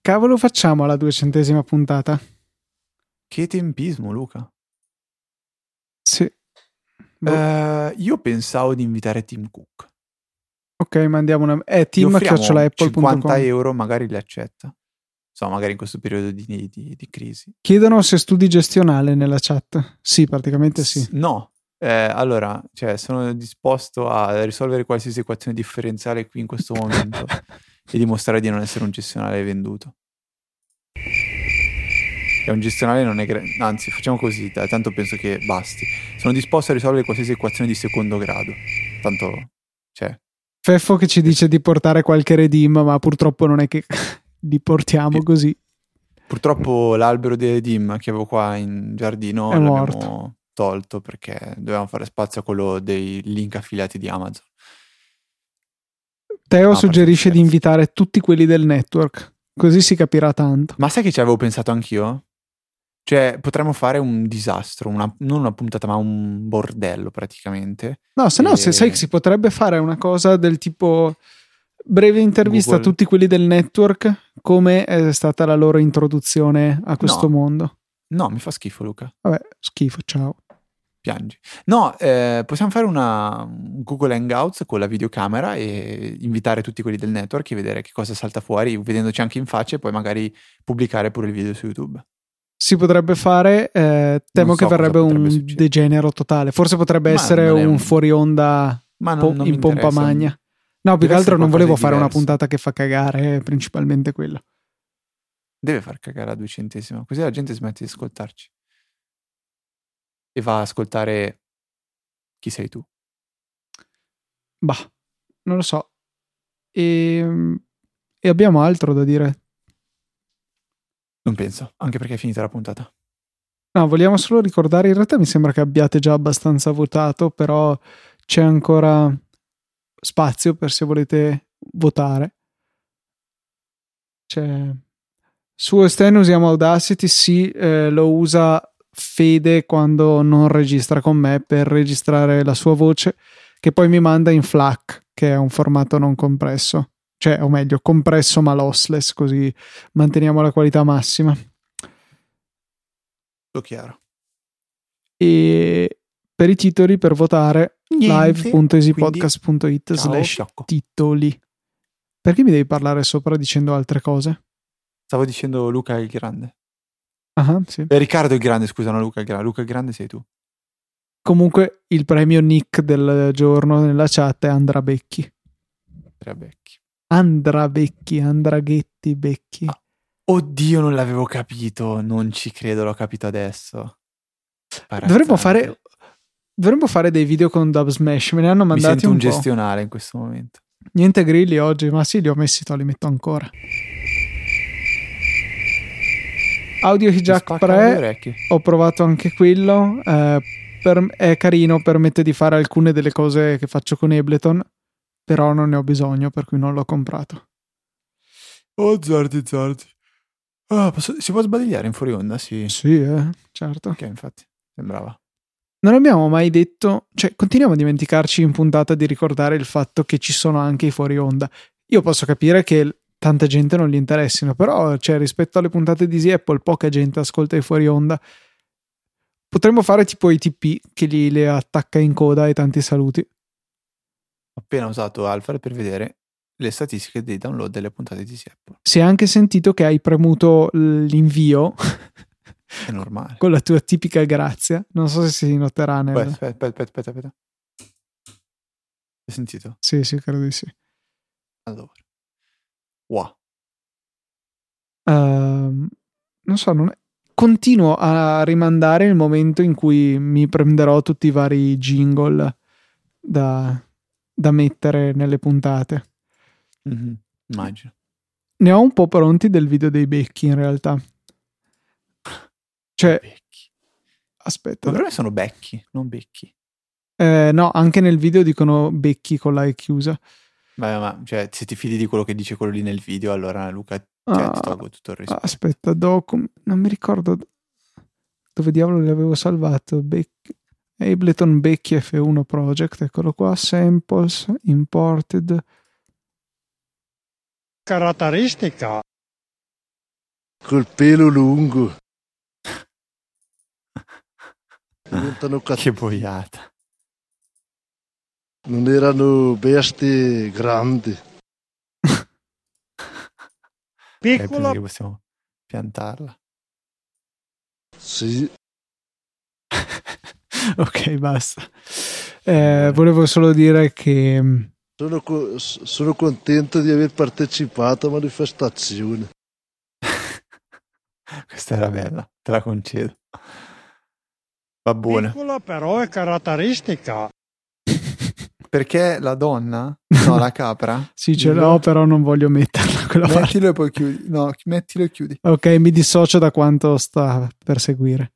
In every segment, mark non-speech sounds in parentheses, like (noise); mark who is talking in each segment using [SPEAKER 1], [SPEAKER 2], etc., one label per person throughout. [SPEAKER 1] cavolo facciamo alla duecentesima puntata?
[SPEAKER 2] Che tempismo, Luca.
[SPEAKER 1] Sì. Boh.
[SPEAKER 2] Eh, io pensavo di invitare Tim Cook.
[SPEAKER 1] Ok, mandiamo una... Eh,
[SPEAKER 2] Gli
[SPEAKER 1] team
[SPEAKER 2] offriamo
[SPEAKER 1] chiocciolaapple.com.
[SPEAKER 2] 50 euro, magari li accetta. So, magari in questo periodo di, di- di crisi.
[SPEAKER 1] Chiedono se studi gestionale nella chat. Sì, praticamente sì.
[SPEAKER 2] S- No. Eh, allora, cioè, sono disposto a risolvere qualsiasi equazione differenziale qui in
[SPEAKER 1] (laughs)
[SPEAKER 2] questo momento e dimostrare di non essere un gestionale venduto. È un gestionale non è gra- anzi, facciamo così, dai, tanto penso che basti. Sono disposto a risolvere qualsiasi equazione di secondo grado. Tanto, cioè,
[SPEAKER 1] Feffo che ci dice di portare qualche redim, ma purtroppo non è che (laughs) li portiamo
[SPEAKER 2] Sì.
[SPEAKER 1] così.
[SPEAKER 2] Purtroppo l'albero di Dim che avevo qua in giardino
[SPEAKER 1] È
[SPEAKER 2] l'abbiamo
[SPEAKER 1] morto.
[SPEAKER 2] tolto perché dovevamo fare spazio a quello dei link affiliati di Amazon.
[SPEAKER 1] Teo
[SPEAKER 2] No,
[SPEAKER 1] suggerisce
[SPEAKER 2] parte
[SPEAKER 1] di
[SPEAKER 2] scherzi.
[SPEAKER 1] invitare tutti quelli del network, così si capirà tanto.
[SPEAKER 2] Ma sai che ci avevo pensato anch'io? Cioè, potremmo fare un disastro, una- non una puntata, ma un bordello praticamente.
[SPEAKER 1] No, se no, se
[SPEAKER 2] E-
[SPEAKER 1] sai che si potrebbe fare una cosa del tipo breve intervista
[SPEAKER 2] Google.
[SPEAKER 1] a tutti quelli del network, come è stata la loro introduzione a questo
[SPEAKER 2] No.
[SPEAKER 1] mondo.
[SPEAKER 2] No, mi fa schifo, Luca.
[SPEAKER 1] Vabbè, schifo, ciao.
[SPEAKER 2] Piangi. No, eh, possiamo fare una un Google Hangouts con la videocamera e invitare tutti quelli del network e vedere che cosa salta fuori, vedendoci anche in faccia e poi magari pubblicare pure il video su YouTube.
[SPEAKER 1] Si potrebbe fare, eh, temo
[SPEAKER 2] Non so
[SPEAKER 1] che verrebbe
[SPEAKER 2] cosa
[SPEAKER 1] un
[SPEAKER 2] potrebbe succedere.
[SPEAKER 1] degenero totale. Forse potrebbe
[SPEAKER 2] Ma
[SPEAKER 1] essere
[SPEAKER 2] non
[SPEAKER 1] un,
[SPEAKER 2] è un-
[SPEAKER 1] fuori onda
[SPEAKER 2] Ma non,
[SPEAKER 1] po-
[SPEAKER 2] non mi
[SPEAKER 1] in pompa
[SPEAKER 2] interessa.
[SPEAKER 1] magna. No, più che altro
[SPEAKER 2] Deve essere
[SPEAKER 1] non
[SPEAKER 2] qualcosa
[SPEAKER 1] volevo
[SPEAKER 2] di
[SPEAKER 1] fare una
[SPEAKER 2] diverso.
[SPEAKER 1] puntata che fa cagare, è principalmente quello.
[SPEAKER 2] Deve far cagare la duecentesima, così la gente smette di ascoltarci. E va a ascoltare chi sei tu.
[SPEAKER 1] Bah, non lo so. Ehm, e abbiamo altro da dire.
[SPEAKER 2] Non penso, anche perché è finita la puntata.
[SPEAKER 1] No, vogliamo solo ricordare, in realtà mi sembra che abbiate già abbastanza votato, però c'è ancora spazio per se volete votare. C'è... Su esterno usiamo Audacity, sì, eh, lo usa Fede quando non registra con me per registrare la sua voce, che poi mi manda in FLAC, che è un formato non compresso, cioè, o meglio, compresso ma lossless, così manteniamo la qualità massima.
[SPEAKER 2] Tutto chiaro.
[SPEAKER 1] e per i titoli per votare
[SPEAKER 2] Niente,
[SPEAKER 1] live.easypodcast.it
[SPEAKER 2] ciao,
[SPEAKER 1] slash
[SPEAKER 2] fiocco.
[SPEAKER 1] titoli perché mi devi parlare sopra dicendo altre cose?
[SPEAKER 2] Stavo dicendo Luca il Grande.
[SPEAKER 1] Ah, sì.
[SPEAKER 2] Eh, Riccardo il Grande, scusa, no Luca il Grande. Luca il Grande sei tu.
[SPEAKER 1] comunque il premio Nick del giorno nella chat è Andra Becchi
[SPEAKER 2] Tre becchi.
[SPEAKER 1] Andra Becchi, Andraghetti Becchi
[SPEAKER 2] Ah. Oddio, non l'avevo capito. Non ci credo, l'ho capito adesso.
[SPEAKER 1] dovremmo
[SPEAKER 2] Imbarazzante.
[SPEAKER 1] fare dovremmo fare dei video con Dub Smash me ne hanno
[SPEAKER 2] Mi
[SPEAKER 1] mandati
[SPEAKER 2] sento
[SPEAKER 1] un,
[SPEAKER 2] un,
[SPEAKER 1] po'
[SPEAKER 2] gestionale in questo momento.
[SPEAKER 1] niente grilli oggi ma sì li ho messi to, li metto ancora Audio
[SPEAKER 2] Mi
[SPEAKER 1] Hijack
[SPEAKER 2] spaccano le
[SPEAKER 1] 3
[SPEAKER 2] orecchie.
[SPEAKER 1] ho provato anche quello. eh, per- è carino, permette di fare alcune delle cose che faccio con Ableton, però non ne ho bisogno, per cui non l'ho comprato.
[SPEAKER 2] Oh, zardi, zardi. Ah, posso- si può sbadigliare in fuori onda? Sì.
[SPEAKER 1] Sì, eh, certo.
[SPEAKER 2] Ok, infatti. Sembrava.
[SPEAKER 1] Non abbiamo mai detto, cioè continuiamo a dimenticarci in puntata di ricordare il fatto che ci sono anche i fuori onda. Io posso capire che l- tanta gente non gli interessino, però cioè, rispetto alle puntate di Easy Apple poca gente ascolta i fuori onda. Potremmo fare tipo i TP che li, le attacca in coda e tanti saluti.
[SPEAKER 2] Ho appena usato Alfred per vedere le statistiche dei download delle puntate di Apple.
[SPEAKER 1] si è anche sentito che hai premuto l'invio (laughs)
[SPEAKER 2] È normale.
[SPEAKER 1] con la tua tipica grazia. Non so se si noterà nel...
[SPEAKER 2] Beh, aspetta, aspetta, aspetta, aspetta. Hai sentito?
[SPEAKER 1] Sì, sì, credo di sì.
[SPEAKER 2] Allora. Wow.
[SPEAKER 1] Ehm, non so, non è- continuo a rimandare il momento in cui mi prenderò tutti i vari jingle da, da mettere nelle puntate.
[SPEAKER 2] Mhm, Immagino.
[SPEAKER 1] Ne ho un po' pronti del video dei becchi in realtà. Cioè,
[SPEAKER 2] Becchi. Ma
[SPEAKER 1] aspetta.
[SPEAKER 2] per me sono becchi, non becchi.
[SPEAKER 1] Eh, no, anche nel video dicono becchi con la E chiusa.
[SPEAKER 2] Ma, ma, cioè, se ti fidi di quello che dice quello lì nel video, allora Luca, cioè, ti
[SPEAKER 1] Ah.
[SPEAKER 2] tolgo tutto il rispetto.
[SPEAKER 1] Aspetta, docu- non mi ricordo dove diavolo l'avevo salvato. Bec- Ableton Becchi F1 Project, eccolo qua. Samples, imported.
[SPEAKER 3] caratteristica col pelo lungo. Diventano cattivi.
[SPEAKER 2] Che boiata.
[SPEAKER 3] Non erano bestie grandi.
[SPEAKER 2] Eh, penso
[SPEAKER 4] Piccola
[SPEAKER 2] che possiamo piantarla.
[SPEAKER 3] Sì,
[SPEAKER 1] ok, basta. Eh, volevo solo dire che mm,
[SPEAKER 3] sono, co- sono contento di aver partecipato alla manifestazione.
[SPEAKER 2] Questa era bella, te la concedo. Va buona.
[SPEAKER 4] Piccola però è caratteristica.
[SPEAKER 2] Perché la donna?
[SPEAKER 1] (laughs)
[SPEAKER 2] No, la capra?
[SPEAKER 1] sì, ce
[SPEAKER 2] Dillo.
[SPEAKER 1] l'ho, però non voglio metterla quella parte.
[SPEAKER 2] Mettilo e poi chiudi. No, chi- mettilo e chiudi.
[SPEAKER 1] Ok, mi dissocio da quanto sta per seguire.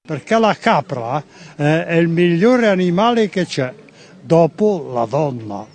[SPEAKER 4] Perché la capra eh, è il migliore animale che c'è, dopo la donna.